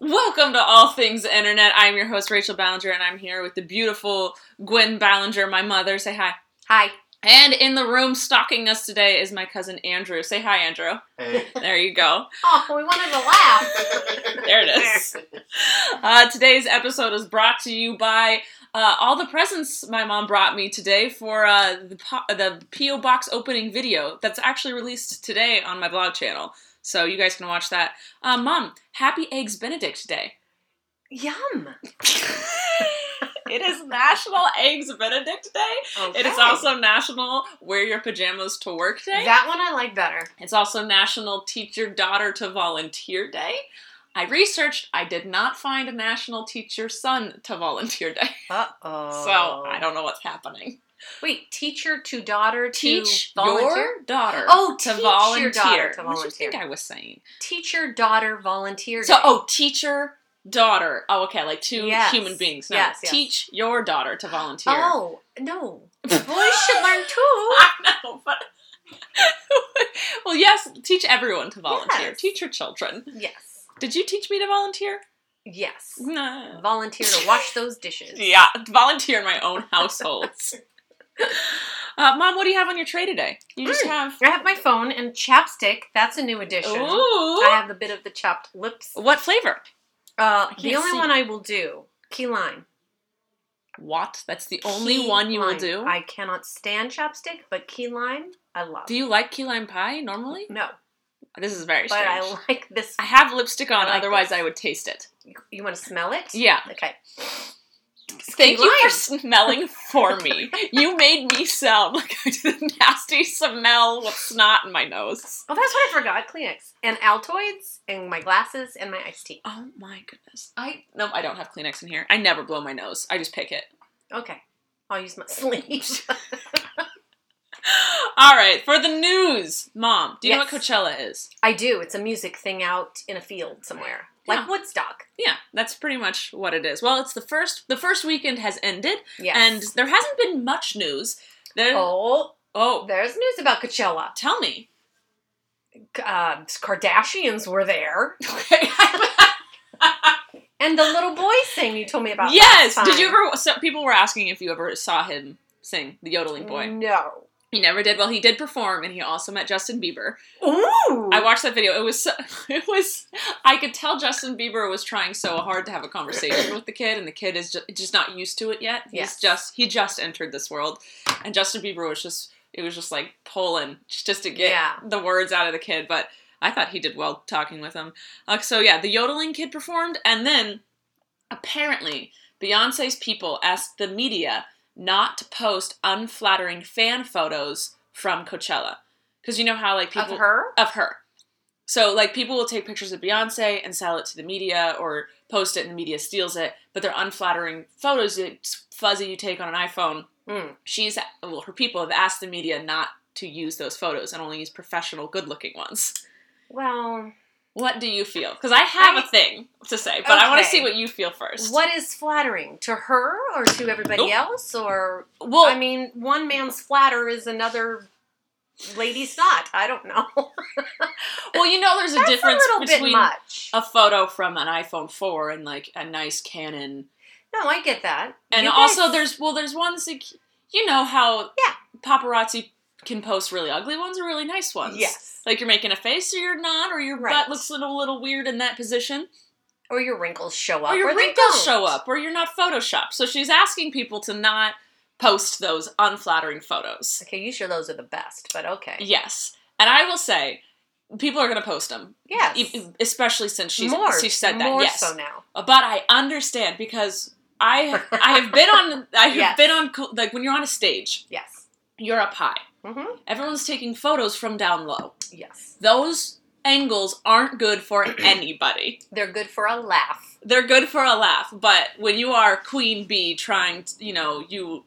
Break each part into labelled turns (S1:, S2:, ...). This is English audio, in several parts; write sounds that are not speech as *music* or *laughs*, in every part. S1: Welcome to All Things Internet. I'm your host, Rachel Ballinger, and I'm here with the beautiful Gwen Ballinger, my mother. Say hi.
S2: Hi.
S1: And in the room stalking us today is my cousin Andrew. Say hi, Andrew.
S3: Hey.
S1: There you go.
S2: Oh, we wanted to laugh.
S1: *laughs* There it is. Uh, today's episode is brought to you by uh, all the presents my mom brought me today for uh, the, po- the P.O. Box opening video that's actually released today on my blog channel. So you guys can watch that. Uh, mom, happy Eggs Benedict Day.
S2: Yum.
S1: *laughs* It is National Eggs Benedict Day.
S2: Okay.
S1: It is also National Wear Your Pajamas to Work Day.
S2: that one I like better.
S1: it's also National Teach Your Daughter to Volunteer Day. I researched, I did not find a National Teach Your Son to Volunteer Day. *laughs*
S2: Uh oh.
S1: So I don't know what's happening.
S2: Wait, teacher to daughter to
S1: Teach
S2: volunteer.
S1: your daughter
S2: Oh,
S1: to
S2: teach your
S1: volunteer.
S2: daughter to
S1: What did you think
S2: volunteer.
S1: I was saying?
S2: teacher daughter volunteer.
S1: So,
S2: day.
S1: oh, teacher, daughter. Oh, okay, like two
S2: Yes.
S1: human beings. No,
S2: Yes, yes.
S1: teach your daughter to volunteer.
S2: oh
S1: *laughs*
S2: no, boys should learn too.
S1: I know, but *laughs* well, yes, teach everyone to volunteer.
S2: Yes.
S1: Teach your children.
S2: Yes,
S1: Did you teach me to volunteer?
S2: yes.
S1: No.
S2: Volunteer to wash those dishes.
S1: Yeah, volunteer in my own
S2: *laughs*
S1: households. uh, Mom, what do you have on your tray today? You just
S2: Mm.
S1: have
S2: I have my phone and chapstick. That's a new addition. I
S1: ooh.
S2: have the bit of the chopped lips.
S1: What flavor?
S2: Uh, the
S1: can't
S2: only
S1: see.
S2: one I will do key lime.
S1: What? That's the only
S2: Key
S1: one you will
S2: lime.
S1: do.
S2: I cannot stand chapstick, but key lime I love.
S1: do you like key lime pie normally?
S2: No,
S1: This is very
S2: but
S1: strange. I
S2: I like this.
S1: have lipstick on,
S2: I like
S1: otherwise
S2: this.
S1: I would taste it.
S2: You want to smell it?
S1: Yeah.
S2: Okay.
S1: Thank
S2: key
S1: you for
S2: lime.
S1: smelling for *laughs* me. You made me sound like I did a nasty smell with snot in my nose.
S2: Oh, that's what I forgot. Kleenex and Altoids and my glasses and my iced tea.
S1: Oh my goodness. I no, I don't have Kleenex in here. I never blow my nose. I just pick it. *gasps*
S2: Okay. I'll use my *laughs* sleeve.
S1: All right, for the news, Mom. Do you know what
S2: Yes.
S1: Coachella is?
S2: I do. It's a music thing out in a field somewhere, like
S1: Yeah.
S2: Woodstock.
S1: Yeah, that's pretty much what it is. Well, it's the first. The first weekend has ended,
S2: Yes.
S1: and there hasn't been much news. There. Oh,
S2: oh, there's news about Coachella.
S1: tell me.
S2: Uh, Kardashians were there,
S1: *laughs* yes.
S2: and the little boy thing you told me about. last
S1: Did you
S2: time.
S1: ever? So people were asking if you ever saw him sing the yodeling boy.
S2: No.
S1: He never did. Well, he did perform, and he also met Justin Bieber.
S2: Ooh.
S1: I watched that video. It was, so, *laughs* it was. I could tell Justin Bieber was trying so hard to have a conversation with the kid, and the kid is just, just not used to it yet. He's
S2: Yes.
S1: just he just entered this world, and Justin Bieber was just it was just like pulling just to get
S2: Yeah.
S1: the words out of the kid. But I thought he did well talking with him. Uh, so yeah, the yodeling kid performed, and then apparently Beyonce's people asked the media not to post unflattering fan photos from Coachella. Because you know how like people
S2: of her.
S1: of her. So like people will take pictures of Beyonce and sell it to the media or post it and the media steals it, but they're unflattering photos that fuzzy you take on an iPhone.
S2: Mm.
S1: She's well, her people have asked the media not to use those photos and only use professional, good-looking ones.
S2: Well,
S1: What do you feel? Because I have a
S2: I-
S1: thing to say, but I want to
S2: Okay.
S1: see what you feel first.
S2: what is flattering to her or to everybody
S1: Nope.
S2: else or
S1: Well,
S2: I mean, one man's flatter is another lady's not. I don't know.
S1: well, you know, there's a
S2: That's
S1: difference
S2: a little bit
S1: between
S2: much.
S1: a photo from an iPhone 4 and like a nice Canon
S2: no, I get that.
S1: And
S2: You guys-
S1: also, there's well, there's ones like you know how
S2: Yeah.
S1: paparazzi can post really ugly ones or really nice ones.
S2: yes,
S1: like you're making a face or you're not, or your
S2: Right.
S1: butt looks a little, little weird in that position,
S2: or your wrinkles show up,
S1: or your
S2: they
S1: wrinkles
S2: don't.
S1: show up, or you're not photoshopped. So she's asking people to not post those unflattering photos.
S2: Okay, usually those are the best, but okay.
S1: Yes, and I will say, people are going to post them.
S2: Yes.
S1: especially since she's
S2: more.
S1: she said that.
S2: More
S1: yes,
S2: so now.
S1: but I understand because. I, I have been on I have
S2: *laughs* Yes.
S1: been on co- like when you're on a stage
S2: Yes.
S1: you're up high.
S2: Mm-hmm.
S1: Everyone's taking photos from down low.
S2: Yes.
S1: Those angles aren't good for anybody.
S2: They're good for a laugh.
S1: They're good for a laugh, but when you are queen bee trying to, you know, you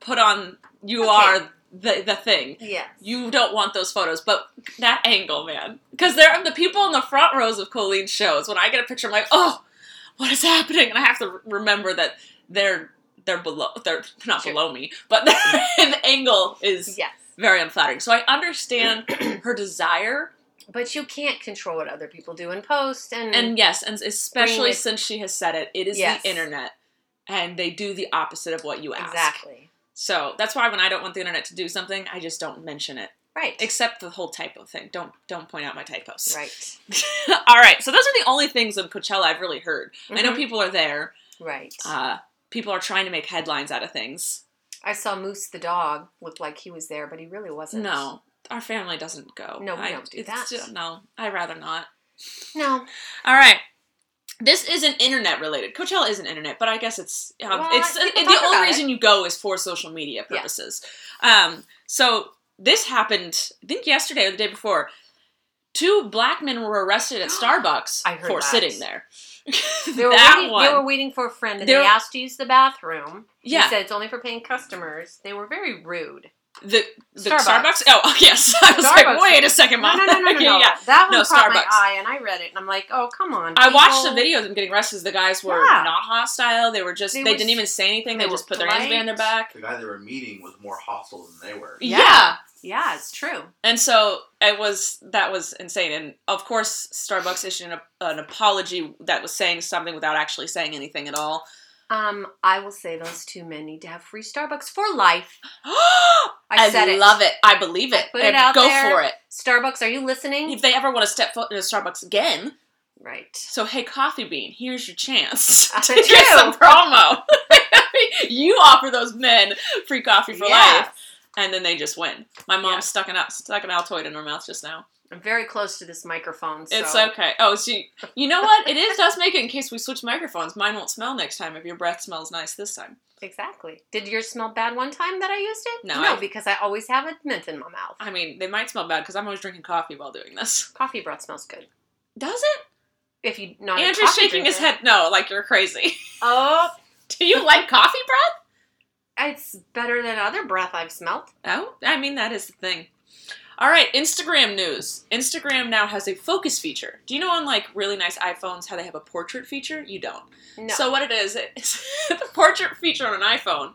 S1: put on you
S2: Okay.
S1: are the the thing.
S2: Yes.
S1: You don't want those photos, but that angle, man. Because they're the people in the front rows of Colleen's shows. When I get a picture, I'm like, oh, what is happening? And I have to re- remember that they're they're below, they're not
S2: Sure.
S1: below me, but *laughs* an angle is
S2: Yes.
S1: very unflattering. So I
S2: *clears throat*
S1: understand her desire,
S2: But you can't control what other people do in post and,
S1: and yes, and especially
S2: Greenlit.
S1: since she has said it, it is
S2: Mm. Yes.
S1: the internet, and they do the opposite of what you ask.
S2: exactly.
S1: So that's why when I don't want the internet to do something, I just don't mention it,
S2: Right.
S1: except the whole typo thing. Don't don't point out my typos.
S2: right.
S1: *laughs* All right, so those are the only things on Coachella I've really heard. I know
S2: Mhm.
S1: people are there.
S2: Right.
S1: Uh, people are trying to make headlines out of things.
S2: I saw Moose the dog looked like he was there, but he really wasn't.
S1: No, our family doesn't go.
S2: No, we
S1: I,
S2: don't do
S1: it's
S2: that.
S1: ju- no, I'd rather not.
S2: No.
S1: All right. This isn't internet related. Coachella isn't internet, but I guess it's um,
S2: Well,
S1: it's
S2: people
S1: it-
S2: talk
S1: the only
S2: about it.
S1: reason you go is for social media
S2: Yeah.
S1: purposes. Um, so this happened, I think yesterday or the day before. Two black men were arrested
S2: *gasps*
S1: at Starbucks
S2: I heard
S1: for
S2: that.
S1: sitting there. *laughs*
S2: They were,
S1: that
S2: waiting,
S1: one.
S2: they were waiting for a friend and
S1: They
S2: they,
S1: were-
S2: asked to use the bathroom.
S1: yeah,
S2: He said it's only for paying customers. They were very rude.
S1: The, the
S2: Starbucks.
S1: Starbucks. Oh *laughs* yes, I was like,
S2: Starbucks.
S1: wait a second,
S2: No,
S1: mom.
S2: no, no, no, no.
S1: *laughs* Okay,
S2: no.
S1: yeah.
S2: That one
S1: No,
S2: caught my
S1: Starbucks.
S2: eye and I read it and I'm like, oh, come on.
S1: I watched the
S2: people.
S1: video of them getting arrested. The guys were
S2: Yeah.
S1: not hostile. They were just. They,
S2: They were
S1: didn't even say anything. They,
S2: they
S1: just
S2: were
S1: put their hands
S2: polite.
S1: behind their back.
S3: The guy they were meeting was more hostile than they were.
S1: Yeah.
S2: Yeah. Yeah, it's true.
S1: and so it was. That was insane. And of course, Starbucks issued an, an apology that was saying something without actually saying anything at all. *gasps*
S2: Um, I will say those two men need to have free Starbucks for life. I,
S1: I,
S2: said it.
S1: love it. I believe it.
S2: put
S1: And
S2: it out
S1: go
S2: there.
S1: for it.
S2: Starbucks, are you listening?
S1: If they ever want to step foot in a Starbucks again,
S2: Right.
S1: So hey, Coffee Bean, here's your
S2: *laughs*
S1: chance
S2: Uh,
S1: to get
S2: true.
S1: some promo. *laughs* you offer those men free coffee for life,
S2: Yes.
S1: and then they just win. My mom
S2: Yeah.
S1: stuck an stuck an Altoid in her mouth just now.
S2: I'm very close to this microphone, so
S1: It's okay. Oh, she. You know what? It *laughs* is does make it in case we switch microphones. Mine won't smell next time if your breath smells nice this time.
S2: Exactly. Did yours smell bad one time that I used it?
S1: No, I-
S2: because I always have a mint in my mouth.
S1: I mean, they might smell bad because I'm always drinking coffee while doing this.
S2: Coffee breath smells good.
S1: Does it?
S2: If you not a
S1: Andrew's
S2: coffee
S1: shaking his
S2: drinker-
S1: head. No, like you're crazy. *laughs*
S2: Oh,
S1: Do you like coffee breath?
S2: it's better than other breath I've smelt.
S1: Oh, I mean that is the thing. All right, Instagram news. Instagram now has a focus feature. Do you know on like really nice iPhones how they have a portrait feature? You don't.
S2: No.
S1: So what it is, *laughs* is the portrait feature on an iPhone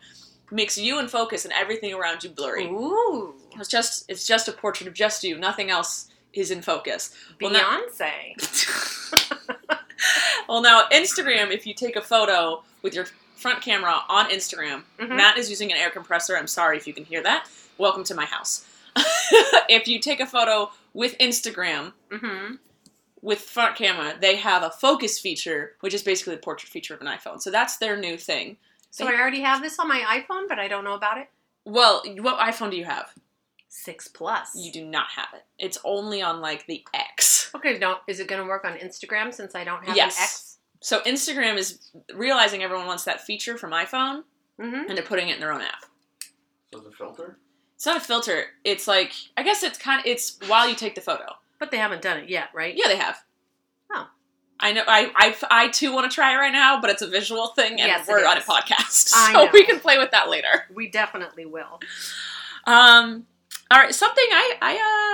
S1: makes you in focus and everything around you blurry.
S2: Ooh,
S1: It's just it's just a portrait of just you. Nothing else is in focus.
S2: *laughs*
S1: Well, now-
S2: Beyonce.
S1: well, now Instagram, if you take a photo with your front camera on Instagram,
S2: Mhm.
S1: Matt is using an air compressor. I'm sorry if you can hear that. Welcome to my house. *laughs* if you take a photo with Instagram
S2: mm-hmm.
S1: with front camera, they have a focus feature, which is basically the portrait feature of an iPhone. So that's their new thing.
S2: So I already have this on my iPhone, but I don't know about it.
S1: Well, what iPhone do you have?
S2: Six plus.
S1: You do not have it. It's only on like the X.
S2: Okay, no. Is it going to work on Instagram since I don't have
S1: Yes.
S2: an X?
S1: So Instagram is realizing everyone wants that feature from iPhone,
S2: Mm-hmm.
S1: and they're putting it in their own app.
S3: So the filter?
S1: It's not a filter. It's like I guess it's kind of it's while you take the photo.
S2: But they haven't done it yet, right?
S1: Yeah, they have.
S2: Oh.
S1: I know. I I, I too want to try it right now, but it's a visual thing, and
S2: Yes, it
S1: we're on a
S2: is.
S1: podcast, *laughs*
S2: I
S1: so
S2: know.
S1: we can play with that later.
S2: We definitely will.
S1: Um. All right. Something I I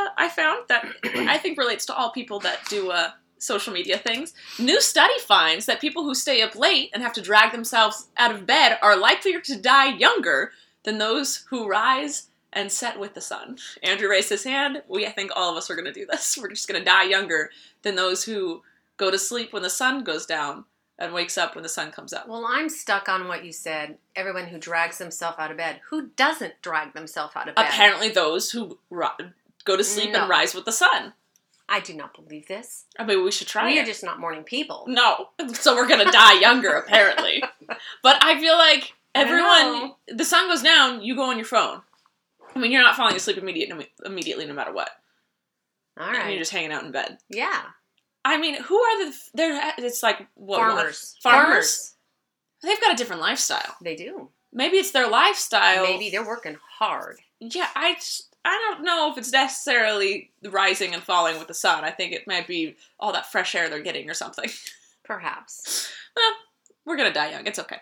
S1: uh I found that I think relates to all people that do uh social media things. New study finds that people who stay up late and have to drag themselves out of bed are likelier to die younger than those who rise and set with the sun. Andrew raised his hand. We I think all of us are going to do this. We're just going to die younger than those who go to sleep when the sun goes down and wakes up when the sun comes up.
S2: Well, I'm stuck on what you said. Everyone who drags themselves out of bed. Who doesn't drag themselves out of bed?
S1: Apparently those who ri- go to sleep
S2: No.
S1: and rise with the sun.
S2: I do not believe this.
S1: I mean, we should try
S2: we
S1: it.
S2: are just not morning people.
S1: No. So we're gonna die younger, apparently. But I feel like
S2: I don't
S1: everyone,
S2: know.
S1: the sun goes down, you go on your phone. I mean, you're not falling asleep immediate, immediately, no matter what.
S2: All
S1: And
S2: right.
S1: you're just hanging out in bed.
S2: yeah.
S1: I mean, who are the? They're it's like what what-
S2: Farmers.
S1: Farmers. They've got a different lifestyle.
S2: They do.
S1: Maybe it's their lifestyle.
S2: Maybe they're working hard.
S1: Yeah, I. just- I don't know if it's necessarily rising and falling with the sun. I think it might be all that fresh air they're getting or something.
S2: Perhaps.
S1: We're gonna die young. It's okay.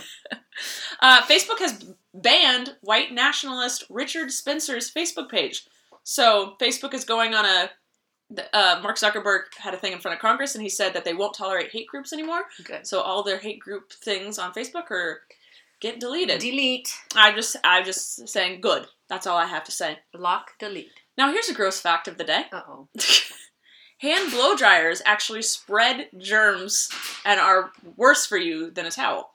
S1: *laughs* uh, Facebook has banned white nationalist Richard Spencer's Facebook page. So Facebook is going on a. the- Uh, Mark Zuckerberg had a thing in front of Congress, and he said that they won't tolerate hate groups anymore.
S2: Good.
S1: So all their hate group things on Facebook are get deleted.
S2: Delete.
S1: I just, I'm just saying, good. That's all I have to say.
S2: Block. Delete.
S1: Now here's a gross fact of the day.
S2: Uh oh.
S1: Hand blow dryers actually spread germs and are worse for you than a towel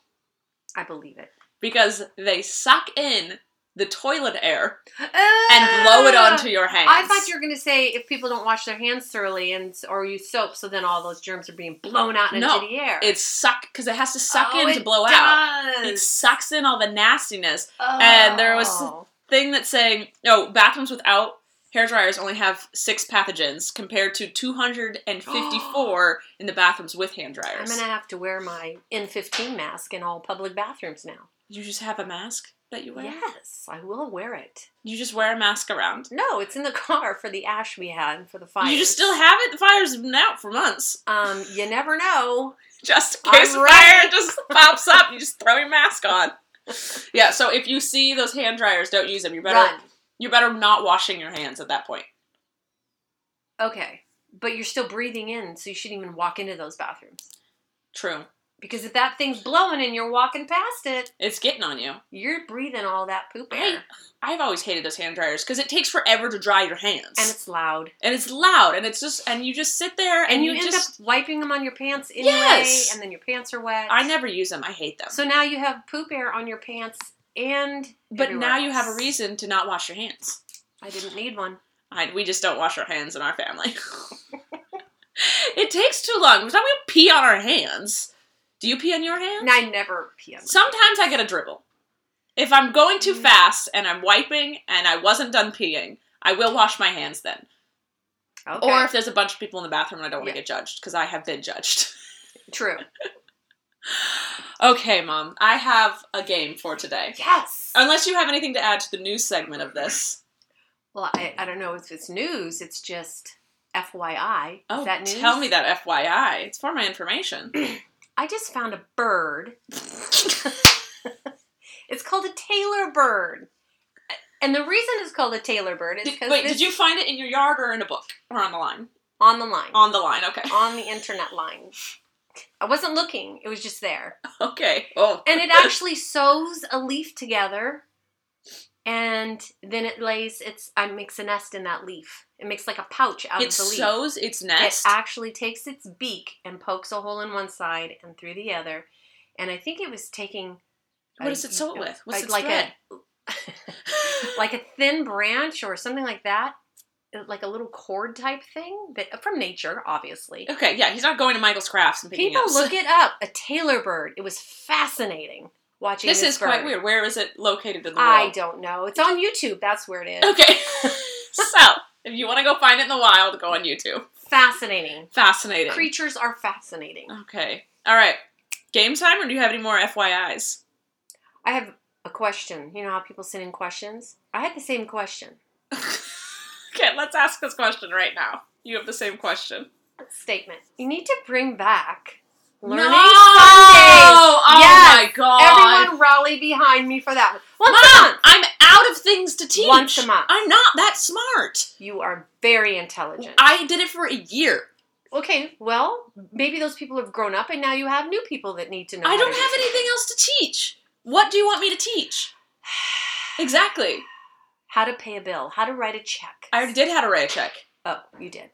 S2: I believe it.
S1: because they suck in the toilet air
S2: Ah!
S1: and blow it onto your hands.
S2: I thought you were going to say if people don't wash their hands thoroughly and or use soap, so then all those germs are being blown out into
S1: No,
S2: the air.
S1: it's suck because it has to suck
S2: Oh,
S1: in to
S2: it
S1: blow out.
S2: does.
S1: It sucks in all the nastiness.
S2: Oh.
S1: and there was- Thing that's saying no bathrooms without hair dryers only have six pathogens compared to
S2: *gasps*
S1: 254 in the bathrooms with hand
S2: I'm
S1: dryers.
S2: going to have to wear my N15 mask in all public bathrooms now.
S1: You just have a mask that you wear.
S2: Yes, I will wear it.
S1: You just wear a mask around.
S2: No, it's in the *laughs* car for the ash we had and for the fire.
S1: You just still have it. The fire's been out for months.
S2: Um, you never know.
S1: Just in
S2: I'm
S1: case fire
S2: ready.
S1: just pops up, you just throw your mask on. Yeah. So if you see those hand dryers, don't use them. You're better.
S2: Run.
S1: You're better not washing your hands at that point.
S2: Okay, but you're still breathing in, so you shouldn't even walk into those bathrooms
S1: True.
S2: because if that thing's blowing and you're walking past it,
S1: It's getting on you.
S2: you're breathing all that poop air,
S1: I I've always hated those hand dryers because it takes forever to dry your hands,
S2: and it's loud,
S1: and it's loud, and it's just and you just sit there and,
S2: and, you, end
S1: just.
S2: up wiping them on your pants anyway,
S1: Yes.
S2: and then your pants are wet.
S1: I never use them. I hate them.
S2: So now you have poop air on your pants, and
S1: but
S2: everywhere
S1: now you have a
S2: else.
S1: reason to not wash your hands.
S2: I didn't need one.
S1: I, we just don't wash our hands in our family.
S2: *laughs*
S1: it takes too long. Sometimes we pee on our hands. Do you pee on your hands?
S2: And I never pee on.
S1: Sometimes I get a dribble. If I'm going
S2: Mm-hmm.
S1: too fast and I'm wiping and I wasn't done peeing, I will wash my hands then.
S2: Okay.
S1: Or if there's a bunch of people in the bathroom and I don't want to
S2: Yeah.
S1: get judged because I have been judged. *laughs*
S2: true.
S1: okay, mom, I have a game for today.
S2: Yes.
S1: Unless you have anything to add to the news segment of this.
S2: Well, I, I don't know if it's news. It's just FYI.
S1: Oh,
S2: Is that news?
S1: tell me that FYI. It's for my information.
S2: I just found a bird. *laughs* it's called a Taylor bird. And the reason it's called a Taylor bird is
S1: Did,
S2: *clears throat* because
S1: wait,
S2: this
S1: did you find it in your yard or in a book or on the line?
S2: on the line,
S1: On the line, okay, *laughs*
S2: on the internet line. I wasn't looking. It was just there.
S1: okay. Oh,
S2: And it actually sews a leaf together. And then it lays its I makes a nest in that leaf. It makes like a pouch out
S1: it
S2: of the leaf.
S1: sews its
S2: It
S1: nest.
S2: actually takes its beak and pokes a hole in one side and through the other. And I think it was taking.
S1: What does it sew it with? What's its
S2: like
S1: thread? *laughs*
S2: a *laughs* like a thin branch or something like that, like a little cord type thing that from nature, obviously.
S1: okay, yeah, he's not going to Michael's Crafts and picking
S2: People
S1: up.
S2: look it up. A Taylor bird. It was fascinating watching
S1: this
S2: this,
S1: is quite
S2: bird.
S1: weird. Where is it located in the
S2: I
S1: world?
S2: don't know. It's on YouTube. That's where it is. *laughs*
S1: Okay, *laughs* so if you want to go find it in the wild, go on YouTube.
S2: Fascinating.
S1: Fascinating.
S2: Creatures are fascinating.
S1: okay, all right. Game time, or do you have any more FYI's?
S2: I have a question. You know how people send in questions? I had the same question.
S1: okay, let's ask this question right now. You have the same question.
S2: statement. You need to bring back Learning
S1: no!
S2: Sundays.
S1: Oh
S2: Yes,
S1: my god!
S2: Everyone rally behind me for that one. Once a
S1: Mom,
S2: month.
S1: I'm out of things to teach.
S2: Once a month.
S1: I'm not that smart.
S2: You are very intelligent.
S1: I did it for a year.
S2: okay, well, maybe those people have grown up and now you have new people that need to know.
S1: I
S2: how
S1: don't
S2: to
S1: have
S2: do-
S1: anything else to teach. What do you want me to teach? *sighs* Exactly.
S2: How to pay a bill, how to write a check.
S1: I already did how to write a check.
S2: Oh,
S1: *laughs*
S2: you did.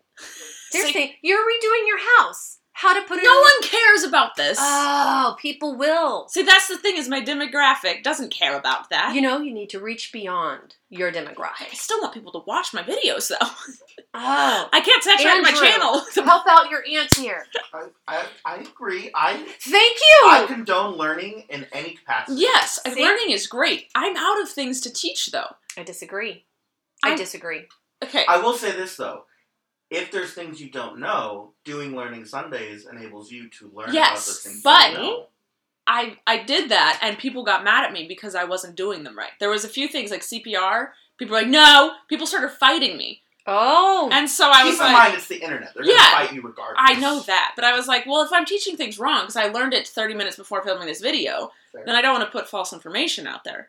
S2: Seriously, you're redoing your house. How to put it
S1: No
S2: in-
S1: one cares about this.
S2: Oh, people will.
S1: See, that's the thing is my demographic doesn't care about that.
S2: You know, you need to reach beyond your
S1: I
S2: demographic.
S1: still want people to watch my videos though. *laughs*
S2: Oh.
S1: I can't saturate my
S2: Andrew.
S1: channel.
S2: *laughs* Help out your aunt here.
S3: I, I, I agree. I
S2: Thank you.
S3: I condone learning in any capacity.
S1: yes, and
S2: See?
S1: learning is great. I'm out of things to teach though.
S2: I disagree.
S1: I'm-
S2: I disagree.
S1: Okay.
S3: I will say this though. If there's things you don't know, doing Learning Sundays enables you to learn
S1: Yes,
S3: about those things
S1: but-
S3: you don't know.
S1: I I did that and people got mad at me because I wasn't doing them right. There was a few things like CPR. People were like, no. People started fighting me.
S2: Oh.
S1: And so I was
S3: Keep in
S1: like,
S3: mind, it's the internet. They're
S1: Yeah.
S3: gonna fight you regardless.
S1: I know that. But I was like, well, if I'm teaching things wrong, because I learned it 30 minutes before filming this video,
S3: Fair.
S1: then I don't want to put false information out there.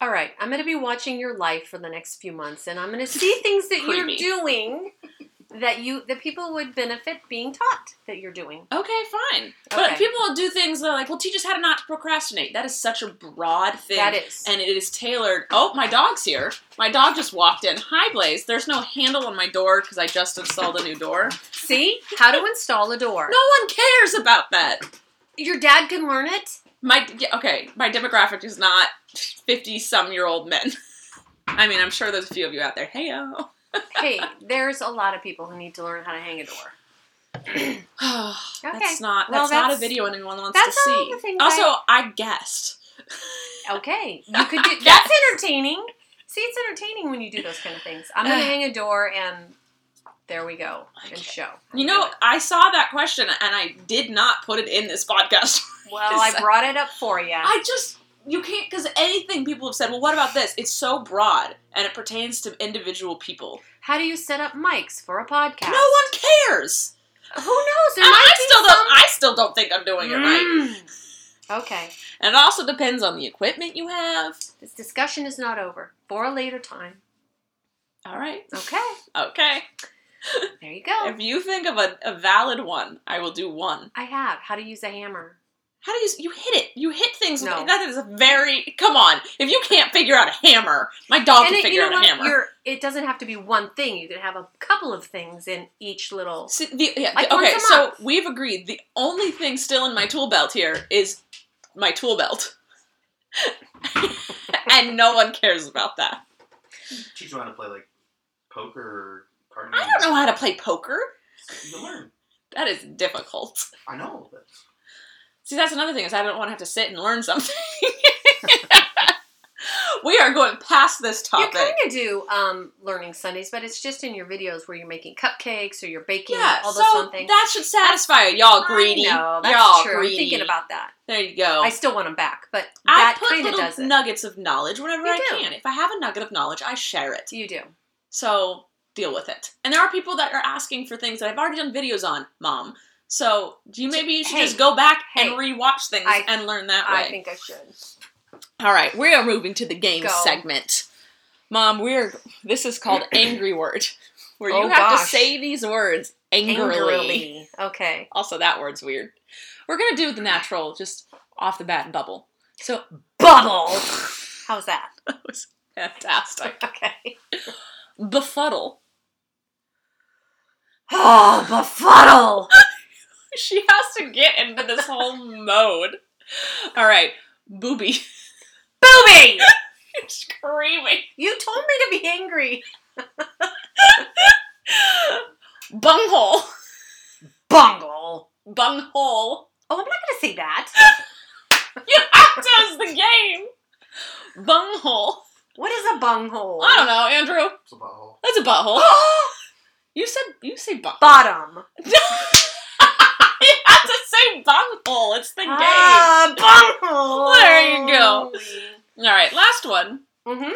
S2: All right, I'm going to be watching your life for the next few months, and I'm going to see
S1: *laughs*
S2: things that you're
S1: Creepy.
S2: doing that you that people would benefit being taught that you're doing.
S1: Okay, fine. But
S2: Okay.
S1: people do things that are like, well, teach us how to not procrastinate. That is such a broad thing.
S2: That is.
S1: And it is tailored. Oh, my dog's here. My dog just walked in. Hi, Blaze. There's no handle on my door because I just installed a new door.
S2: See how to install a door.
S1: No one cares about that.
S2: your dad can learn it.
S1: My yeah, okay, my demographic is not fifty-some-year-old men. *laughs* I mean, I'm sure there's a few of you out there. Hey, *sighs*
S2: *sighs*
S1: oh.
S2: Hey, there's a lot of people who need to learn how to hang a door. Okay.
S1: That's not
S2: Well,
S1: that's, not a
S2: that's-
S1: video anyone wants
S2: that's
S1: to see.
S2: all the things
S1: also,
S2: I-
S1: I guessed.
S2: Okay, you
S1: *laughs*
S2: could do
S1: Yes.
S2: that's entertaining. See, it's entertaining when you do those kind of things. I'm gonna hang a door, and there we go, and
S1: Okay.
S2: show.
S1: You know, I saw that question and I did not put it in this podcast. *laughs*
S2: well, I brought it up for you.
S1: I just you can't because anything people have said. Well, what about this? It's so broad and it pertains to individual people.
S2: How do you set up mics for a
S1: No
S2: podcast?
S1: one cares.
S2: Who knows? There
S1: And
S2: might
S1: I
S2: be
S1: still
S2: some-
S1: don't. I still don't think I'm doing it right.
S2: Mm. Okay.
S1: And it also depends on the equipment you have.
S2: This discussion is not over. For a later time.
S1: All right.
S2: Okay.
S1: Okay.
S2: There you go.
S1: If you think of a, a valid one, I will do one.
S2: I have. How to use a hammer.
S1: How do you you hit it? You hit things.
S2: No.
S1: With, that is a very come on. If you can't figure out a hammer, my dog can
S2: it,
S1: figure out a hammer.
S2: You're, it doesn't have to be one thing. You can have a couple of things in each little.
S1: So the, yeah,
S2: Like
S1: the-
S2: once
S1: okay,
S2: a
S1: so
S2: month.
S1: we've agreed the only thing still in my tool belt here is my tool belt. *laughs* and no one cares about that.
S3: Teach you how to play like poker or card
S1: I don't know how to play poker.
S3: You can learn.
S1: That is difficult.
S3: I know. That's,
S1: See, that's another thing is I don't want to have to sit and learn something. *laughs* we are going past this
S2: You
S1: topic.
S2: kind of do um, learning Sundays, but it's just in your videos where you're making cupcakes or you're baking
S1: yeah,
S2: all
S1: so
S2: those fun things.
S1: that should satisfy you. Y'all greedy.
S2: No, that's
S1: Y'all
S2: true.
S1: greedy.
S2: I'm thinking about that.
S1: there you go.
S2: I still want them back, but
S1: I
S2: that
S1: put
S2: kind of does
S1: little
S2: it.
S1: nuggets of knowledge whenever
S2: You
S1: I
S2: do.
S1: can. If I have a nugget of knowledge, I share it.
S2: You do.
S1: So deal with it. And there are people that are asking for things that I've already done videos on, mom. So do you maybe you should
S2: Hey,
S1: just go back
S2: hey.
S1: and rewatch things
S2: I-
S1: and learn that way.
S2: I think I should.
S1: All right, we are moving to the game
S2: Go.
S1: segment. Mom, we're this is
S2: *clears throat*
S1: called angry word, where you
S2: Oh,
S1: have to
S2: gosh.
S1: say these words angrily.
S2: Angrily. Okay.
S1: Also, that word's weird. We're gonna do the natural, just off the bat and bubble. So
S2: Bubble.
S1: *laughs*
S2: How's that?
S1: that was fantastic.
S2: Okay.
S1: Befuddle. *laughs*
S2: Oh, befuddle.
S1: She has to get into this whole mode. All right, booby. *laughs*
S2: Booby!
S1: screaming.
S2: You told me to be angry.
S1: Bunghole.
S2: Bungle.
S1: Bunghole.
S2: Oh, I'm not going to say that.
S1: You have to as the game. Bunghole.
S2: What is a bunghole?
S1: I don't know, Andrew.
S3: it's a butthole.
S1: That's a
S2: *gasps*
S1: butthole. *gasps* You said you say bung.
S2: Bottom.
S1: *laughs* you have to say bunghole. It's *laughs* the game.
S2: Ah, bunghole.
S1: There you go. All right, last one.
S2: hmm How come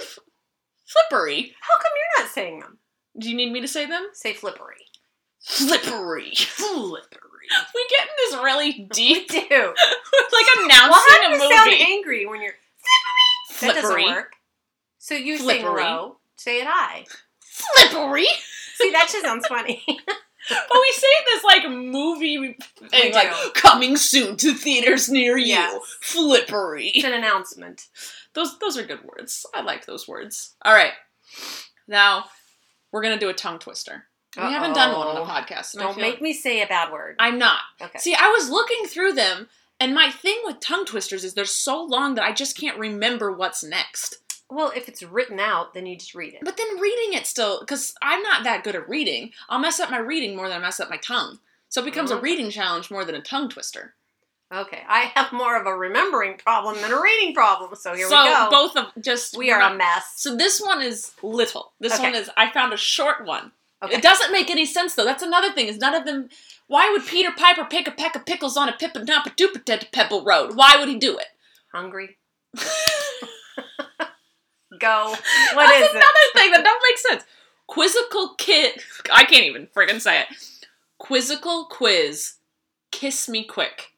S1: Flippery.
S2: you're not saying them?
S1: Do you need me to say them?
S2: Say flippery. *laughs*
S1: Flippery. Flippery. We get in this
S2: *laughs*
S1: really deep,
S2: Do. Well,
S1: like
S2: how
S1: announcing
S2: do
S1: a
S2: you sound
S1: movie.
S2: angry when you're... That
S1: Flippery.
S2: doesn't work. So you sing
S1: Flippery.
S2: low, say it high. *laughs*
S1: Flippery.
S2: See, that just sounds funny. *laughs*
S1: But we say this like movie thing, like
S2: do.
S1: coming soon to theaters near you.
S2: Yes.
S1: Flippery.
S2: it's an announcement.
S1: Those those are good words. I like those words. All right, now we're gonna do a tongue twister. We haven't done one on the
S2: Uh-oh.
S1: podcast. and I
S2: Don't
S1: feel-
S2: make me say a bad word.
S1: I'm not.
S2: Okay.
S1: See, I was looking through them, and my thing with tongue twisters is they're so long that I just can't remember what's next.
S2: Well, if it's written out, then you just read it.
S1: But then reading it still, because I'm not that good at reading, I'll mess up my reading more than I mess up my tongue. So it becomes a
S2: Mm.
S1: reading challenge more than a tongue twister.
S2: Okay, I have more of a remembering problem than a reading problem, so Oh, here
S1: so
S2: we go.
S1: both of just
S2: we are a mess.
S1: So this one is little. This
S2: Okay.
S1: one is I found a short one.
S2: Okay.
S1: It doesn't make any sense though. That's another thing is none of them. Why would Peter Piper pick a peck of pickles on a pip and not *laughs* Pebble Road? Why would he do it?
S2: Hungry. go. What
S1: That's
S2: is
S1: another
S2: it?
S1: thing that don't make sense. Quizzical kid. *laughs* I can't even friggin' say it. Quizzical quiz. Kiss me quick.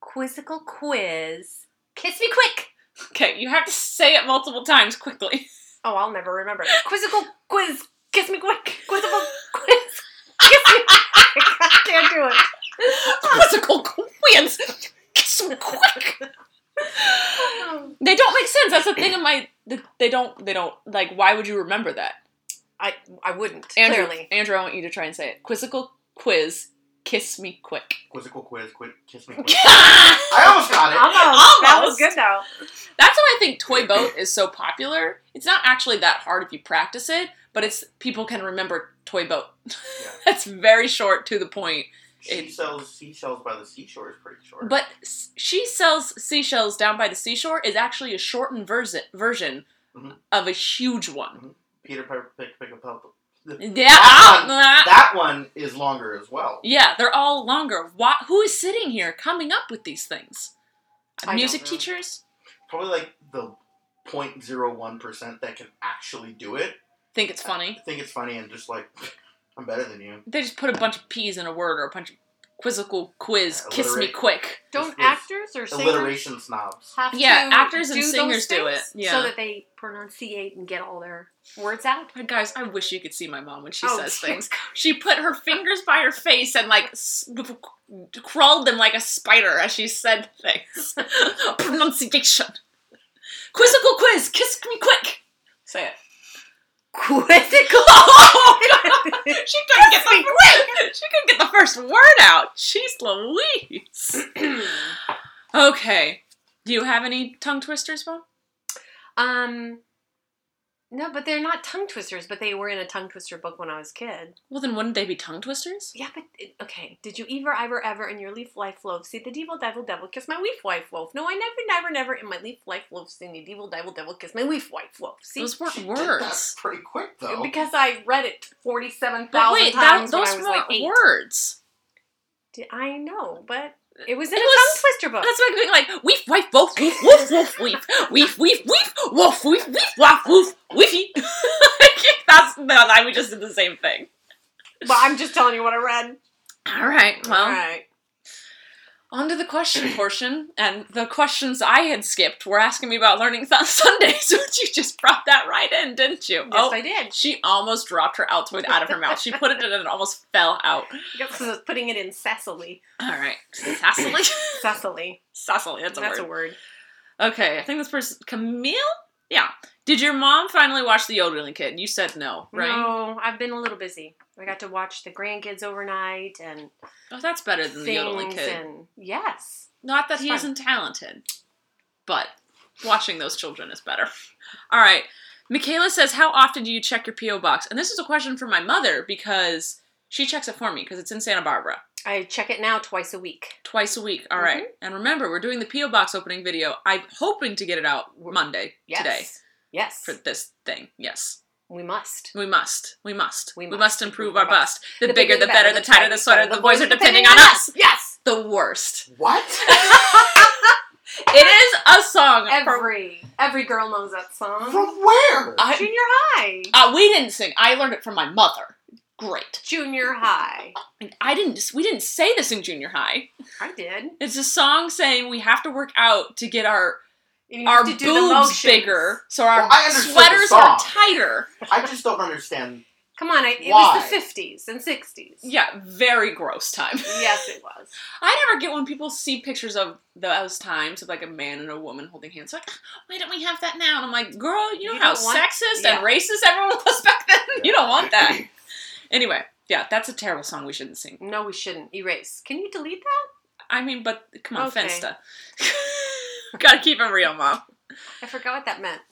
S2: Quizzical quiz. Kiss me quick.
S1: Okay, you have to say it multiple times quickly. *laughs*
S2: Oh, I'll never remember. Quizzical quiz. Kiss me quick. Quizzical quiz. Kiss me quick. I can't do it.
S1: Quizzical quiz. Kiss me quick. They don't make sense. That's the thing in my. th- They don't. They don't. Like, why would you remember that?
S2: I I wouldn't.
S1: Andrew,
S2: Clearly.
S1: Andrew, I want you to try and say it. Quizzical quiz. Kiss me quick.
S3: Quizzical quiz, quick, kiss
S1: *laughs*
S3: me. Quick.
S1: That's
S3: I almost got it.
S2: Almost. That was
S1: Almost.
S2: good though.
S1: why I think Toy Boat is so popular. It's not actually that hard if you practice it, but it's people can remember Toy Boat. *laughs* That's very short to the point.
S3: She
S1: It-
S3: sells seashells by the seashore is pretty short.
S1: But s- she sells seashells down by the seashore is actually a shortened versi- version
S3: Mhm.
S1: of a huge one.
S3: Peter Piper pick pick a pebble.
S1: Yeah,
S3: Mm-hmm. That one-
S1: ah, ah.
S3: That one is longer as well.
S1: yeah, they're all longer. Why, who is sitting here coming up with these things?
S2: I don't
S1: Music
S3: know.
S1: teachers
S3: Probably like the 0.01% that can actually do it.
S1: think
S3: Uh,
S1: it's funny.
S3: I think it's funny and just like, *laughs* I'm better than you.
S1: They just put a bunch of P's in a word or a bunch of quizzical quiz,
S3: Yeah,
S1: kiss me
S3: alliterate.
S1: quick.
S3: Don't
S2: Don't
S3: It's- it's
S2: actors or singers
S3: Alliteration snobs.
S2: have
S1: Yeah,
S2: to
S1: actors and
S2: do those
S1: singers do it,
S2: things
S1: yeah.
S2: so that they pronunciate and get all their words out?
S1: But guys, I wish you could see my mom when she
S2: Oh,
S1: says
S3: *laughs*
S2: dear
S1: things. She put her fingers by her face and like s- crawled them like a spider as she said
S2: *laughs*
S1: things. Pronunciation. Quizzical quiz, kiss me quick. Say it.
S2: *laughs* Quizzical. *laughs* Oh,
S1: she couldn't get the quick. *laughs* She couldn't get the first word out. She's Louise.
S2: *clears throat*
S1: okay. Do you have any tongue twisters, Mom?
S2: um. No, but they're not tongue twisters. But they were in a tongue twister book when I was a kid.
S1: Well, then wouldn't they be tongue twisters?
S2: Yeah, but it- okay. Did you ever, ever, ever in your leaf, life, loaf see the devil, devil, devil kiss my weef, wife, loaf? No, I never, never, never in my leaf, life, loaf seen the devil, devil, devil kiss my weef, wife, loaf. See,
S1: Those weren't
S3: That's
S1: words.
S3: pretty quick though.
S2: because I read it forty-seven
S1: But
S2: thousand
S1: wait, that,
S2: times when I
S1: those
S2: was
S1: weren't
S2: like eight.
S1: words.
S2: Did- I know, but it was in
S1: It
S2: a
S1: was-
S2: tongue twister book.
S1: That's like being like weef, wife, both, weef, woof, woof, weef, weef, weef, weef, woof, weef, weef, waff, woof, weefy. *laughs* That's no, I we just did the same thing.
S2: But I'm just telling you what I read.
S1: All right, well,
S2: All right.
S1: on to the question portion, and the questions I had skipped were asking me about learning th- *laughs* Sundays, which you just brought that right in, didn't you?
S2: Yes,
S1: oh,
S2: I did.
S1: she almost dropped her Altoid out of her mouth. She put it in and it almost fell out.
S2: Because I was putting it in Cecily.
S1: All right, Cecily. *laughs*
S2: Cecily.
S1: Cecily, that's a word.
S2: word.
S1: Okay, I think this person Camille. Yeah. Did your mom finally watch The Yodeling Kid? You said no, right?
S2: No, I've been a little busy. I got to watch the grandkids overnight and
S1: Oh, that's better than The Yodeling
S2: things
S1: Kid.
S2: and yes.
S1: Not that
S2: It's
S1: he
S2: fine.
S1: isn't talented, but watching those children is better. *laughs* All right. Michaela says, How often do you check your P.O. box? And this is a question for my mother because she checks it for me because it's in Santa Barbara
S2: I check it now twice a week.
S1: twice a week. All right.
S2: Mm-hmm.
S1: And remember, we're doing the P.O. box opening video. I'm hoping to get it out Monday
S2: Yes.
S1: today
S2: Yes.
S1: for this thing. Yes.
S2: we must.
S1: We must. We must. We,
S2: We
S1: must,
S2: must
S1: improve our bust. The, bigger, the better, the tighter the sweater. The boys are depending
S2: depending
S1: on us.
S2: Yes.
S1: The *laughs* worst.
S3: what?
S1: It is a song. for-
S2: Every every girl knows that song.
S3: From where?
S1: I,
S2: Junior high.
S1: uh, we didn't sing. I learned it from my mother. Great.
S2: Junior high.
S1: And I didn't. We didn't say this in junior high.
S2: I did.
S1: It's a song saying we have to work out to get our
S2: You
S1: our
S2: have to do the
S1: boobs
S2: motions.
S1: bigger, so our
S3: Well, I understood the
S1: sweaters are
S3: song.
S1: tighter.
S3: I just don't understand.
S2: Come on, I, it
S3: Why?
S2: was the fifties and sixties.
S1: Yeah, very gross time.
S2: Yes, it was.
S1: I never get when people see pictures of those times of like a man and a woman holding hands. Like, "Ah, why don't we have that now? And I'm like, girl, you know
S2: You
S1: how
S2: don't want-
S1: sexist
S2: yeah.
S1: and racist everyone was back then. *laughs* You don't want that. anyway, yeah, that's a terrible song. We shouldn't sing.
S2: No, we shouldn't erase. Can you delete that?
S1: I mean, but come on,
S2: Okay.
S1: Finsta. *laughs* Gotta keep it real, mom.
S2: I forgot what that meant.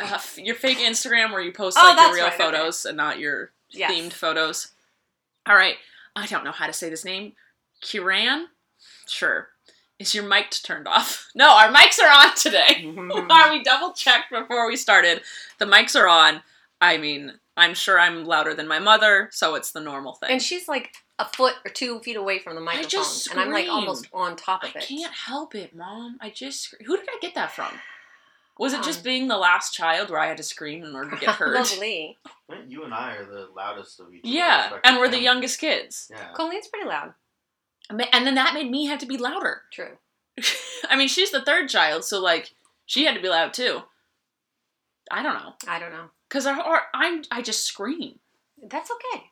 S1: Uh, f- your fake Instagram where you post
S2: Oh,
S1: like your
S2: that's
S1: real
S2: right, okay.
S1: photos and not your *laughs*
S2: Yes.
S1: themed photos. All right, I don't know how to say this name. Kiran, sure. Is your mic turned off? *laughs* No, our mics are on today. *laughs* Are we double checked before we started? The mics are on. I mean, I'm sure I'm louder than my mother, so it's the normal thing.
S2: and she's like a foot or two feet away from the microphone,
S1: just
S2: and I'm like almost on top
S1: I
S2: *laughs* of it.
S1: can't help it, mom. I just who did I get that from? Was it just being the last child where I had to scream in order to *laughs* get heard?
S2: Lovely.
S3: You and I are the loudest of each. other,
S1: yeah,
S3: respective
S1: and we're the
S3: families.
S1: youngest kids.
S3: Yeah.
S2: Colleen's pretty loud.
S1: Ma- And then that made me have to be louder.
S2: True.
S1: *laughs* I mean, she's the third child, so like she had to be loud too. I don't know,
S2: I don't know.
S1: cause I, or I'm I just scream.
S2: That's okay.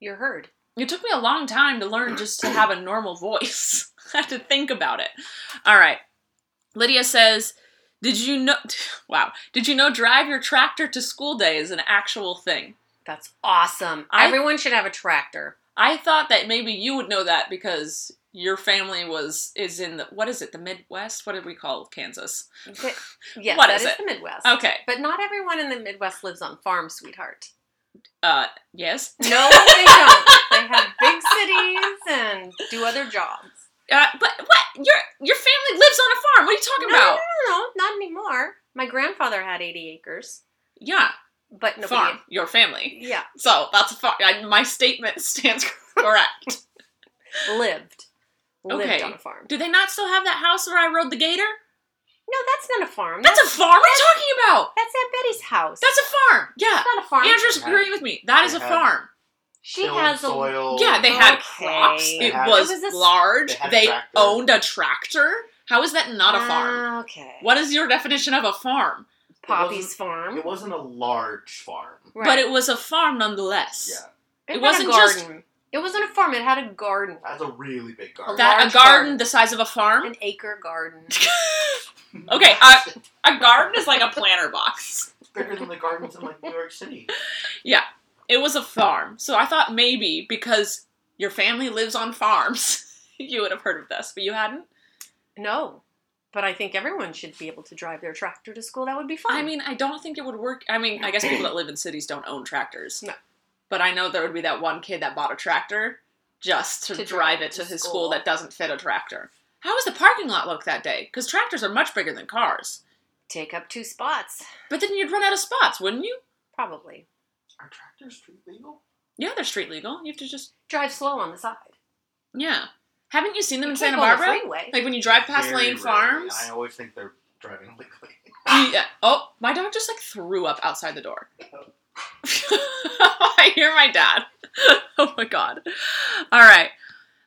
S2: You're heard.
S1: It took me a long time to learn just to have a normal voice. *laughs* I had to think about it. All right. Lydia says, "Did you know? *laughs* Wow, did you know? Drive your tractor to school day is an actual thing.
S2: That's awesome.
S1: I-
S2: Everyone should have a tractor.
S1: I thought that maybe you would know that because your family was is in the what is it? The Midwest? What did we call Kansas? *laughs*
S2: But, yes,
S1: What
S2: that
S1: is
S2: is,
S1: it?
S2: the Midwest.
S1: Okay.
S2: But not everyone in the Midwest lives on
S1: *laughs*
S2: farms, sweetheart.
S1: Uh, yes.
S2: No, they don't. they have big cities and do other jobs.
S1: Uh, but what? Your your family lives on a farm. What are you
S2: No,
S1: talking
S2: no,
S1: about?
S2: no, no, no, not anymore. My grandfather had 80 acres,
S1: Yeah,
S2: but nobody.
S1: farm. Your family.
S2: Yeah,
S1: So that's a farm. I, my statement *laughs* stands correct.
S2: lived. Lived
S1: Okay.
S2: on a farm.
S1: Do they not still have that house where I rode the gator?
S2: Mm-hmm. No, that's not a farm.
S1: That's a farm. What are you talking about?
S2: That's Aunt Betty's house.
S1: That's a farm. Yeah.
S2: That's not a farm.
S1: Andrew's
S3: They had-
S1: agreeing with me. That is a
S3: they had-
S1: farm.
S2: she
S3: Tilled
S2: has a.
S3: soil.
S1: Yeah, they had
S2: Okay.
S1: crops.
S2: They
S1: It
S3: had-
S1: was,
S2: It was a-
S1: large.
S3: They had a
S1: They,
S3: tractor.
S1: owned a tractor. How is that not a farm?
S2: Ah, okay.
S1: What is your definition of a farm?
S2: Poppy's farm?
S3: It wasn't a large farm.
S2: right.
S1: But it was a farm nonetheless.
S3: Yeah,
S2: It,
S1: It
S2: wasn't
S1: wasn't
S2: a
S1: just-
S2: garden. It wasn't a farm. It had a garden,
S3: that's a really big garden.
S1: That
S2: large
S1: a garden
S2: farm.
S1: the size of a farm.
S2: an acre garden.
S1: *laughs* Okay,
S3: *laughs*
S1: uh, a garden is like a planter box.
S3: bigger than the gardens in like New York City.
S1: It was a farm, so I thought maybe because your family lives on farms, *laughs* you would have heard of this, but you hadn't.
S2: no, but I think everyone should be able to drive their tractor to school. That would be fun.
S1: I mean, I don't think it would work. I mean, I guess people that live in cities don't own tractors.
S2: No.
S1: But I know there would be that one kid that bought a tractor just to,
S2: To
S1: drive it to his school. that doesn't fit a tractor. How does the parking lot look that day? Because tractors are much bigger than cars.
S2: take up two spots,
S1: But then you'd run out of spots, wouldn't you?
S2: probably.
S3: Are tractors street legal?
S1: Yeah, they're street legal. You have to just
S2: Drive slow on the side.
S1: yeah. Haven't you seen them
S2: You
S1: in
S2: can't
S1: Santa
S2: go on the
S1: Barbara?
S2: freeway.
S1: Like when you drive past
S3: Very
S1: Lane
S3: rarely.
S1: Farms.
S3: I always think they're driving illegally.
S1: you- yeah. Oh, my dog just like threw up outside the door. *laughs* I hear my dad. *laughs* oh my god. All right.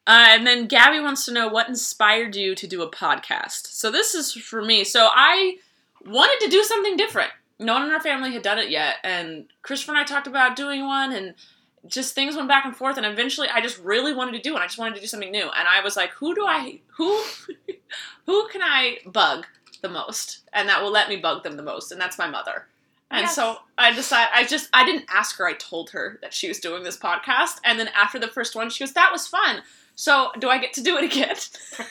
S1: Uh, and then Gabby wants to know what inspired you to do a podcast. So this is for me. So I wanted to do something different. No one in our family had done it yet, and Christopher and I talked about doing one, and just things went back and forth. And eventually, I just really wanted to do one. I just wanted to do something new, and I was like, "Who do I who *laughs* who can I bug the most, and that will let me bug them the most?" And that's my mother. And
S2: Yes.
S1: so I decided, I just, I didn't ask her. I told her that she was doing this podcast. And then after the first one, she goes, That was fun. So do I get to do it again? *laughs*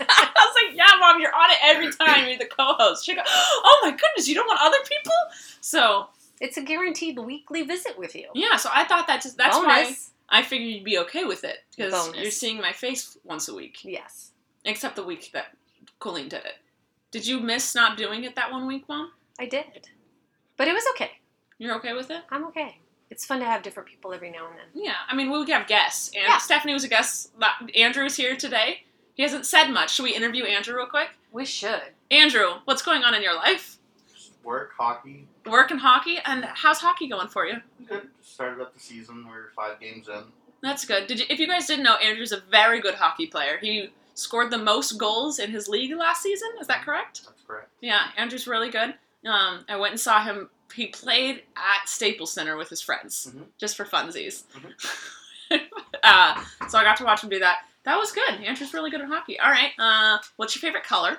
S1: I was like, Yeah, mom, you're on it every time. You're the co host. She goes, Oh my goodness, you don't want other people? So
S2: It's a guaranteed weekly visit with you.
S1: yeah, so I thought that just, that's why
S2: Bonus.
S1: I figured you'd be okay with it because
S2: Bonus.
S1: you're seeing my face once a week,
S2: Yes.
S1: except the week that Colleen did it. Did you miss not doing it that one week, mom?
S2: I did. But it was okay.
S1: You're okay with it?
S2: I'm okay. It's fun to have different people every now and then.
S1: Yeah, I mean, we would have guests. And
S2: Yeah.
S1: Stephanie was a guest. la- Andrew's here today. He hasn't said much. Should we interview Andrew real quick?
S2: We should.
S1: Andrew, what's going on in your life?
S3: *laughs* Work hockey.
S1: Work and hockey, and how's hockey going for you?
S3: Good. Started up the season. We're five games in.
S1: That's good. Did you, if you guys didn't know, Andrew's a very good hockey player. He scored the most goals in his league last season. Is that correct?
S3: That's correct.
S1: Yeah, Andrew's really good. Um, I went and saw him. He played at Staples Center with his friends,
S3: Mhm.
S1: just for funsies.
S3: Mm-hmm.
S1: *laughs* uh, so I got to watch him do that. That was good. Andrew's really good at hockey. All right. Uh, what's your favorite color?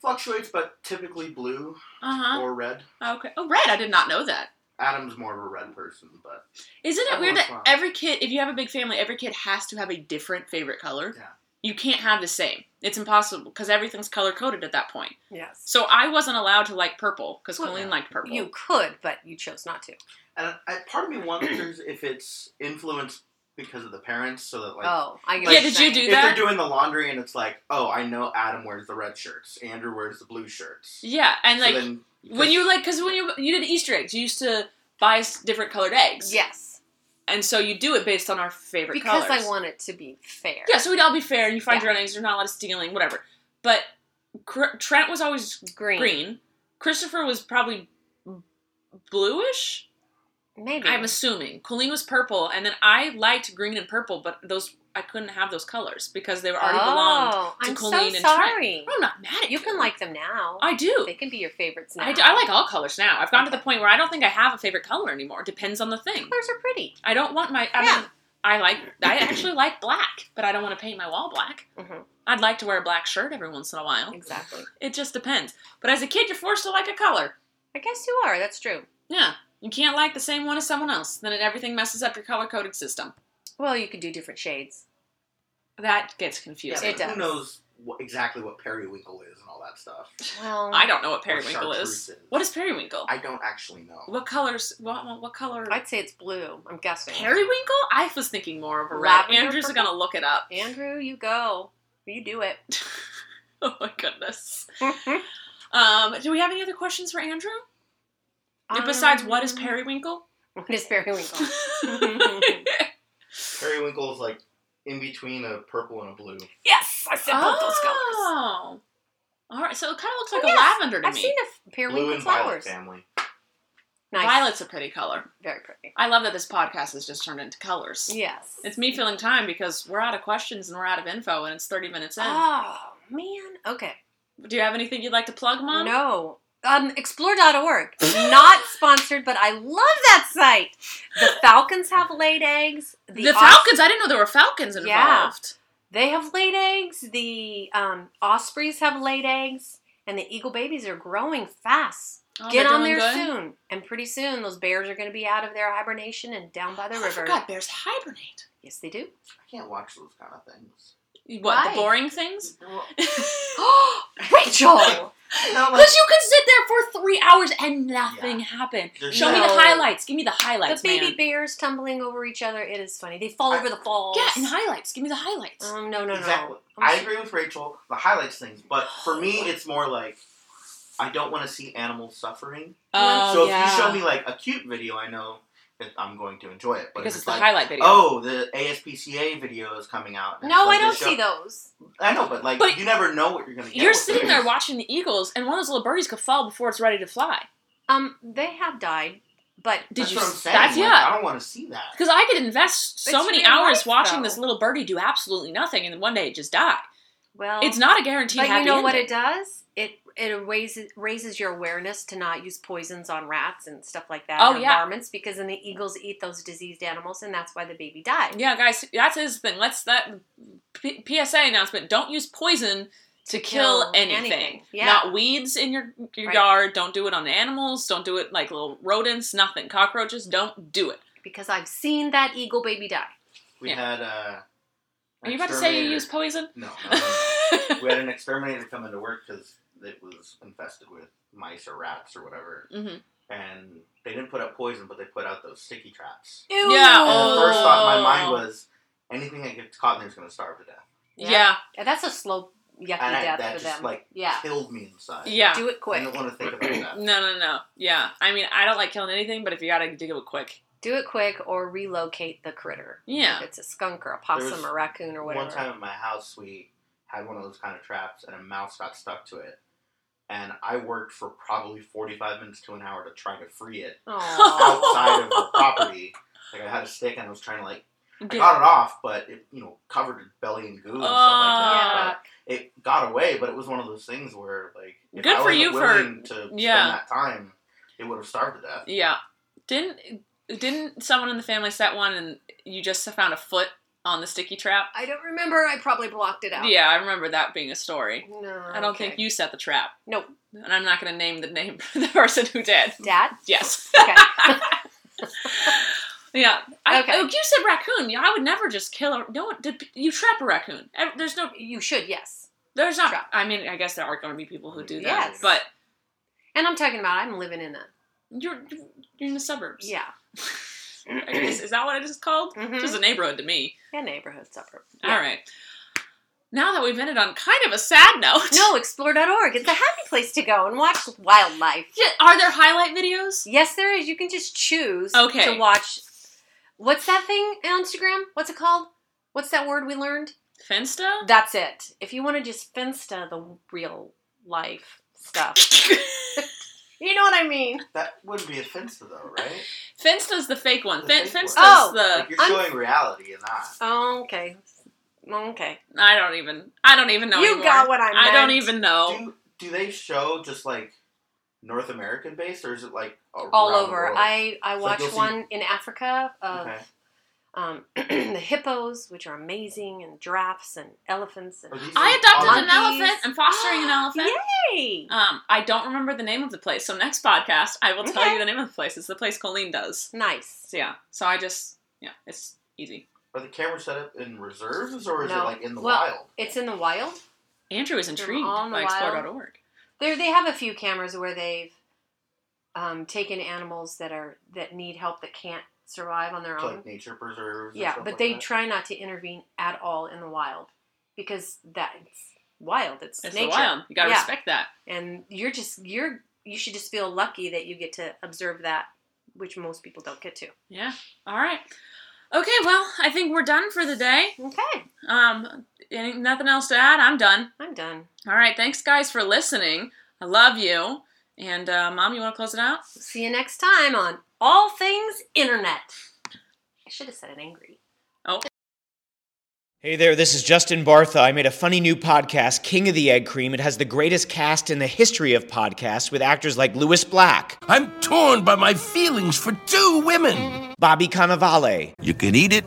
S3: Fluctuates, but typically blue
S1: Uh
S3: or red.
S1: huh. Okay. Oh, red. I did not know that.
S3: Adam's more of a red person, but
S1: Isn't it
S3: That
S1: weird
S3: one's
S1: that
S3: fine.
S1: every kid, if you have a big family, every kid has to have a different favorite color?
S3: Yeah.
S1: You can't have the same. It's impossible because everything's color coded at that point.
S2: Yes.
S1: So I wasn't allowed to like purple because
S2: Well,
S1: Colleen liked purple.
S2: You could, but you chose not to.
S3: and I, part of me wonders if it's influenced because of the parents, so that like.
S2: oh, I get
S3: Yeah,
S2: what
S1: did
S2: you're
S1: you
S2: saying.
S1: do
S3: If
S1: that?
S3: they're doing the laundry and it's like, oh, I know Adam wears the red shirts, Andrew wears the blue shirts.
S1: yeah, and
S3: So
S1: like
S3: then-
S1: when you like because when you you did Easter eggs, you used to buy s- different colored eggs.
S2: Yes.
S1: and so you do it based on our favorite
S2: Because
S1: colors.
S2: I want it to be fair.
S1: Yeah, so we'd all be fair. You find
S2: Yeah.
S1: your own eggs. There's not a lot of stealing, whatever. But Cr- Trent was always
S2: Green.
S1: green. Christopher was probably bluish.
S2: Maybe.
S1: I'm assuming Colleen was purple, and then I liked green and purple, but those I couldn't have those colors because they were already belonged.
S2: oh,
S1: to
S2: I'm
S1: Colleen and
S2: so
S1: Trent.
S2: sorry.
S1: I'm not mad at you.
S2: You can like them now.
S1: I do.
S2: They can be your favorites now.
S1: I, do. I like all colors now. I've gotten to the point where I don't think I have a favorite color anymore. Depends on the thing.
S2: Colors are pretty.
S1: I don't want my. I
S2: Yeah.
S1: mean, I like. I actually like black, but I don't want to paint my wall black.
S2: Mhm.
S1: I'd like to wear a black shirt every once in a while.
S2: Exactly.
S1: It just depends. But as a kid, you're forced to like a color.
S2: I guess you are. That's true.
S1: Yeah, you can't like the same one as someone else. Then it, everything messes up your color coded system.
S2: Well, you could do different shades.
S1: That gets
S3: Yeah,
S1: confusing.
S2: it
S3: but
S2: does.
S3: Who knows what, exactly what periwinkle is and all that stuff?
S2: Well,
S1: I don't know what periwinkle
S3: chartreuse
S1: is.
S3: is.
S1: What is periwinkle?
S3: I don't actually know.
S1: what colors? What, what color?
S2: I'd say it's blue. I'm guessing.
S1: periwinkle? I was thinking more of a red.
S2: Lavender
S1: Andrews
S2: purple?
S1: are gonna look it up. *laughs*
S2: Andrew, you go. You do it.
S1: oh my goodness.
S2: Um,
S1: Um, do we have any other questions for Andrew? *laughs* Besides, what is *laughs* periwinkle?
S2: What is periwinkle?
S1: *laughs*
S3: Periwinkle is like in between a purple and a blue.
S2: *laughs* yes, I said both
S1: Ah.
S2: those colors.
S1: Oh. All right, so it kind of looks like
S2: Oh, yes.
S1: a lavender to
S2: I've
S1: me.
S2: seen a f-
S3: Blue
S2: periwinkle
S3: and violet
S2: flowers.
S3: family.
S2: Nice.
S1: Violet's a pretty color.
S2: Very pretty.
S1: I love that this podcast has just turned into colors.
S2: Yes.
S1: It's me filling time because we're out of questions and we're out of info, and it's thirty minutes in.
S2: Oh man. Okay.
S1: Do you have anything you'd like to plug, Mom?
S2: No. Um,
S1: *laughs*
S2: explore.org. Not sponsored, but I love that site. The Falcons have laid eggs.
S1: The,
S2: os-
S1: Falcons. I didn't know there were Falcons involved.
S2: Yeah. They have laid eggs. The um, Ospreys have laid eggs. And the Eagle babies are growing fast.
S1: Oh,
S2: Get
S1: they're
S2: on
S1: doing
S2: there
S1: good?
S2: soon. And pretty soon, those bears are going to be out of their hibernation and down by the
S1: Oh, I
S2: river.
S1: forgot bears hibernate.
S2: Yes, they do. *gasps*
S3: I can't watch those kind of things.
S1: What
S2: Why?
S1: the boring
S2: *laughs*
S1: things? *laughs*
S2: Rachel!
S3: No, like,
S1: Because you can sit there for three hours and nothing happened.
S3: There's
S1: Show me
S2: no-
S1: the highlights. Give me the
S2: the
S1: highlights,
S2: baby
S1: man.
S2: bears tumbling over each other. It is funny. They fall
S3: I-
S2: over the falls.
S1: yeah, and highlights. Give me the highlights.
S2: um, no, no,
S3: exactly.
S2: no.
S3: I agree with Rachel. The highlights things, but
S1: *gasps*
S3: for me, it's more like I don't want to see animals suffering.
S1: oh,
S3: so
S1: yeah.
S3: if you show me like a cute video, I know that I'm going to enjoy it. But
S1: because
S3: if
S1: it's the
S3: like,
S1: highlight video.
S3: Oh, the ASPCA video is coming out.
S2: No, I don't see those.
S3: that. I know, but like
S1: But-
S3: you never know what you're gonna get.
S1: You're
S3: with
S1: sitting
S3: it.
S1: there watching the eagles, and one of those little birdies could fall before it's ready to fly.
S2: Um, they have died, but
S1: Did
S3: That's
S1: you?
S3: What I'm
S1: s-
S3: saying.
S1: That's
S3: like,
S1: yeah.
S3: I don't want to see that.
S1: Because I could invest so
S2: It's
S1: many
S2: real
S1: hours
S2: life,
S1: watching
S2: though.
S1: this little birdie do absolutely nothing, and then one day it just die.
S2: well,
S1: It's not a guaranteed.
S2: Oh. But
S1: happy
S2: you know what
S1: ending.
S2: it does? It it raises raises your awareness to not use poisons on rats and stuff like that.
S1: Oh,
S2: or
S1: yeah.
S2: varmints because then the eagles eat those diseased animals, and that's why the baby died.
S1: Yeah, guys, that's his thing. Let's that P- PSA announcement. Don't use poison to kill,
S2: kill
S1: anything.
S2: anything, yeah.
S1: Not weeds in your your
S2: Right.
S1: yard. Don't do it on animals. Don't do it like little rodents. Nothing. Cockroaches. Don't do it.
S2: Because I've seen that eagle baby die.
S3: We
S1: Yeah.
S3: had. Uh, an
S1: Are you about to say you
S3: exterminator-
S1: use *laughs* poison?
S3: No. no, no.
S1: *laughs*
S3: we had an exterminator come into work because it was infested with mice or rats or whatever,
S1: hmm
S3: and they didn't put out poison, but they put out those sticky traps.
S1: Yeah,
S3: And the first thought in my mind
S1: Oh.
S3: was, anything that gets caught in there's gonna starve to death.
S1: Yeah.
S2: And That's a slow yucky
S3: And I,
S2: death
S3: that
S2: for
S3: just
S2: them.
S3: like
S2: yeah,
S3: killed me inside.
S1: Yeah.
S2: do it
S3: I
S2: quick.
S3: don't want to think about that.
S1: No, no, no. Yeah. I mean, I don't like killing anything, but if you gotta do it quick.
S2: Do it quick, or relocate the critter.
S1: Yeah.
S2: if it's a skunk or a
S3: There
S2: possum
S3: was
S2: or raccoon or whatever.
S3: One time at my house, we had one of those kind of traps, and a mouse got stuck to it. And I worked for probably 45 minutes to an hour to try to
S1: *laughs*
S3: free it
S2: Aw.
S3: outside of our property. Like, I had a stick and I was trying to, like, I
S1: Good.
S3: got it off, but it, you know, covered in belly and goo and stuff like
S1: Ah.
S3: that. But it got away, but it was one of those things where, like, if
S1: Good
S3: I
S1: for
S3: wasn't
S1: you for-
S3: willing to
S1: yeah.
S3: spend that time, it would have starved to death.
S1: Yeah. Didn't didn't someone in the family set one and you just found a foot on the sticky trap?
S2: I don't remember. I probably blocked it out.
S1: Yeah, I remember that being a story.
S2: No.
S1: I don't
S2: okay.
S1: think you set the trap.
S2: Nope.
S1: And I'm not going to name the name *laughs* the person who did. *laughs*
S2: Dad?
S1: Yes.
S2: Okay.
S1: Yeah. I,
S2: Okay.
S1: oh, you said raccoon. Yeah, I would never just kill a. No, one- did, you trap a raccoon. Ev- There's no.
S2: you should, yes.
S1: There's not.
S2: Trap.
S1: I mean, I guess there are going to be people who do that.
S2: Yes.
S1: But
S2: And I'm talking about I'm living in a
S1: you're you're in the suburbs.
S2: yeah,
S1: I guess- is that what it is called?
S2: Mhm.
S1: Just a neighborhood to me.
S2: yeah neighborhood suburb.
S1: Mm-hmm. All right. Now that we've ended on kind of a sad note.
S2: No, explore.org. It's a happy place to go and watch wildlife.
S1: *laughs* Yeah, Are there highlight videos?
S2: Yes, there is. You can just choose
S1: Okay.
S2: to watch. What's that thing on Instagram? What's it called? What's that word we learned?
S1: Finsta?
S2: That's it. If you want to just Finsta the real life stuff. you know what I mean?
S3: That wouldn't be offensive though, right?
S1: *laughs* Finsta's the fake one.
S3: The
S1: Fin-
S3: fake one.
S1: Finsta's
S2: Oh.
S1: the
S3: Like you're
S2: I'm-
S3: showing reality and not.
S2: Oh, okay. Okay.
S1: I don't even I don't even know.
S2: you
S1: anymore.
S2: got what I meant.
S1: I don't even know.
S3: Do do they show just like North American based or is it like
S2: all
S3: around the
S2: over.
S3: world?
S2: I I
S3: So
S2: watched
S3: you'll see-
S2: one in Africa of
S3: Okay.
S2: um, *clears throat* the hippos, which are amazing, and giraffes and elephants and
S3: Are these,
S1: I
S3: like,
S1: adopted
S3: other-
S1: an
S2: Monkeys.
S1: elephant. I'm
S2: *gasps*
S1: fostering an elephant.
S2: Yay!
S1: Um, I don't remember the name of the place, so next podcast I will tell
S2: Okay.
S1: you the name of the place. It's the place Colleen does.
S2: nice.
S1: So yeah. So I just yeah, it's easy.
S3: Are the cameras set up in reserves or is
S2: No.
S3: it like in the
S2: Well-
S3: wild?
S2: It's in the wild.
S1: Andrew is intrigued
S2: all in the
S1: by
S2: wild.
S1: explore.org.
S2: There they have a few cameras where they've um, taken animals that are that need help that can't survive on their
S3: To,
S2: own.
S3: like nature preserves. and
S2: yeah,
S3: stuff
S2: but
S3: like
S2: they
S3: that?
S2: try not to intervene at all in the wild because that's wild. It's,
S1: It's
S2: nature.
S1: the wild. You gotta
S2: Yeah.
S1: respect that.
S2: and you're just you're you should just feel lucky that you get to observe that which most people don't get to
S1: Yeah. All right. Okay, well, I think we're done for the day.
S2: okay
S1: Um, any, nothing else to add? I'm done.
S2: i'm done
S1: All right, thanks guys for listening. I love you. And uh, mom, you want to close it out?
S2: see you next time on all things internet i should have said it angry
S4: Hey there, this is Justin Bartha. I made a funny new podcast, King of the Egg Cream. It has the greatest cast in the history of podcasts with actors like Louis Black,
S5: I'm torn by my feelings for two women.
S4: Bobby Cannavale,
S6: You can eat it,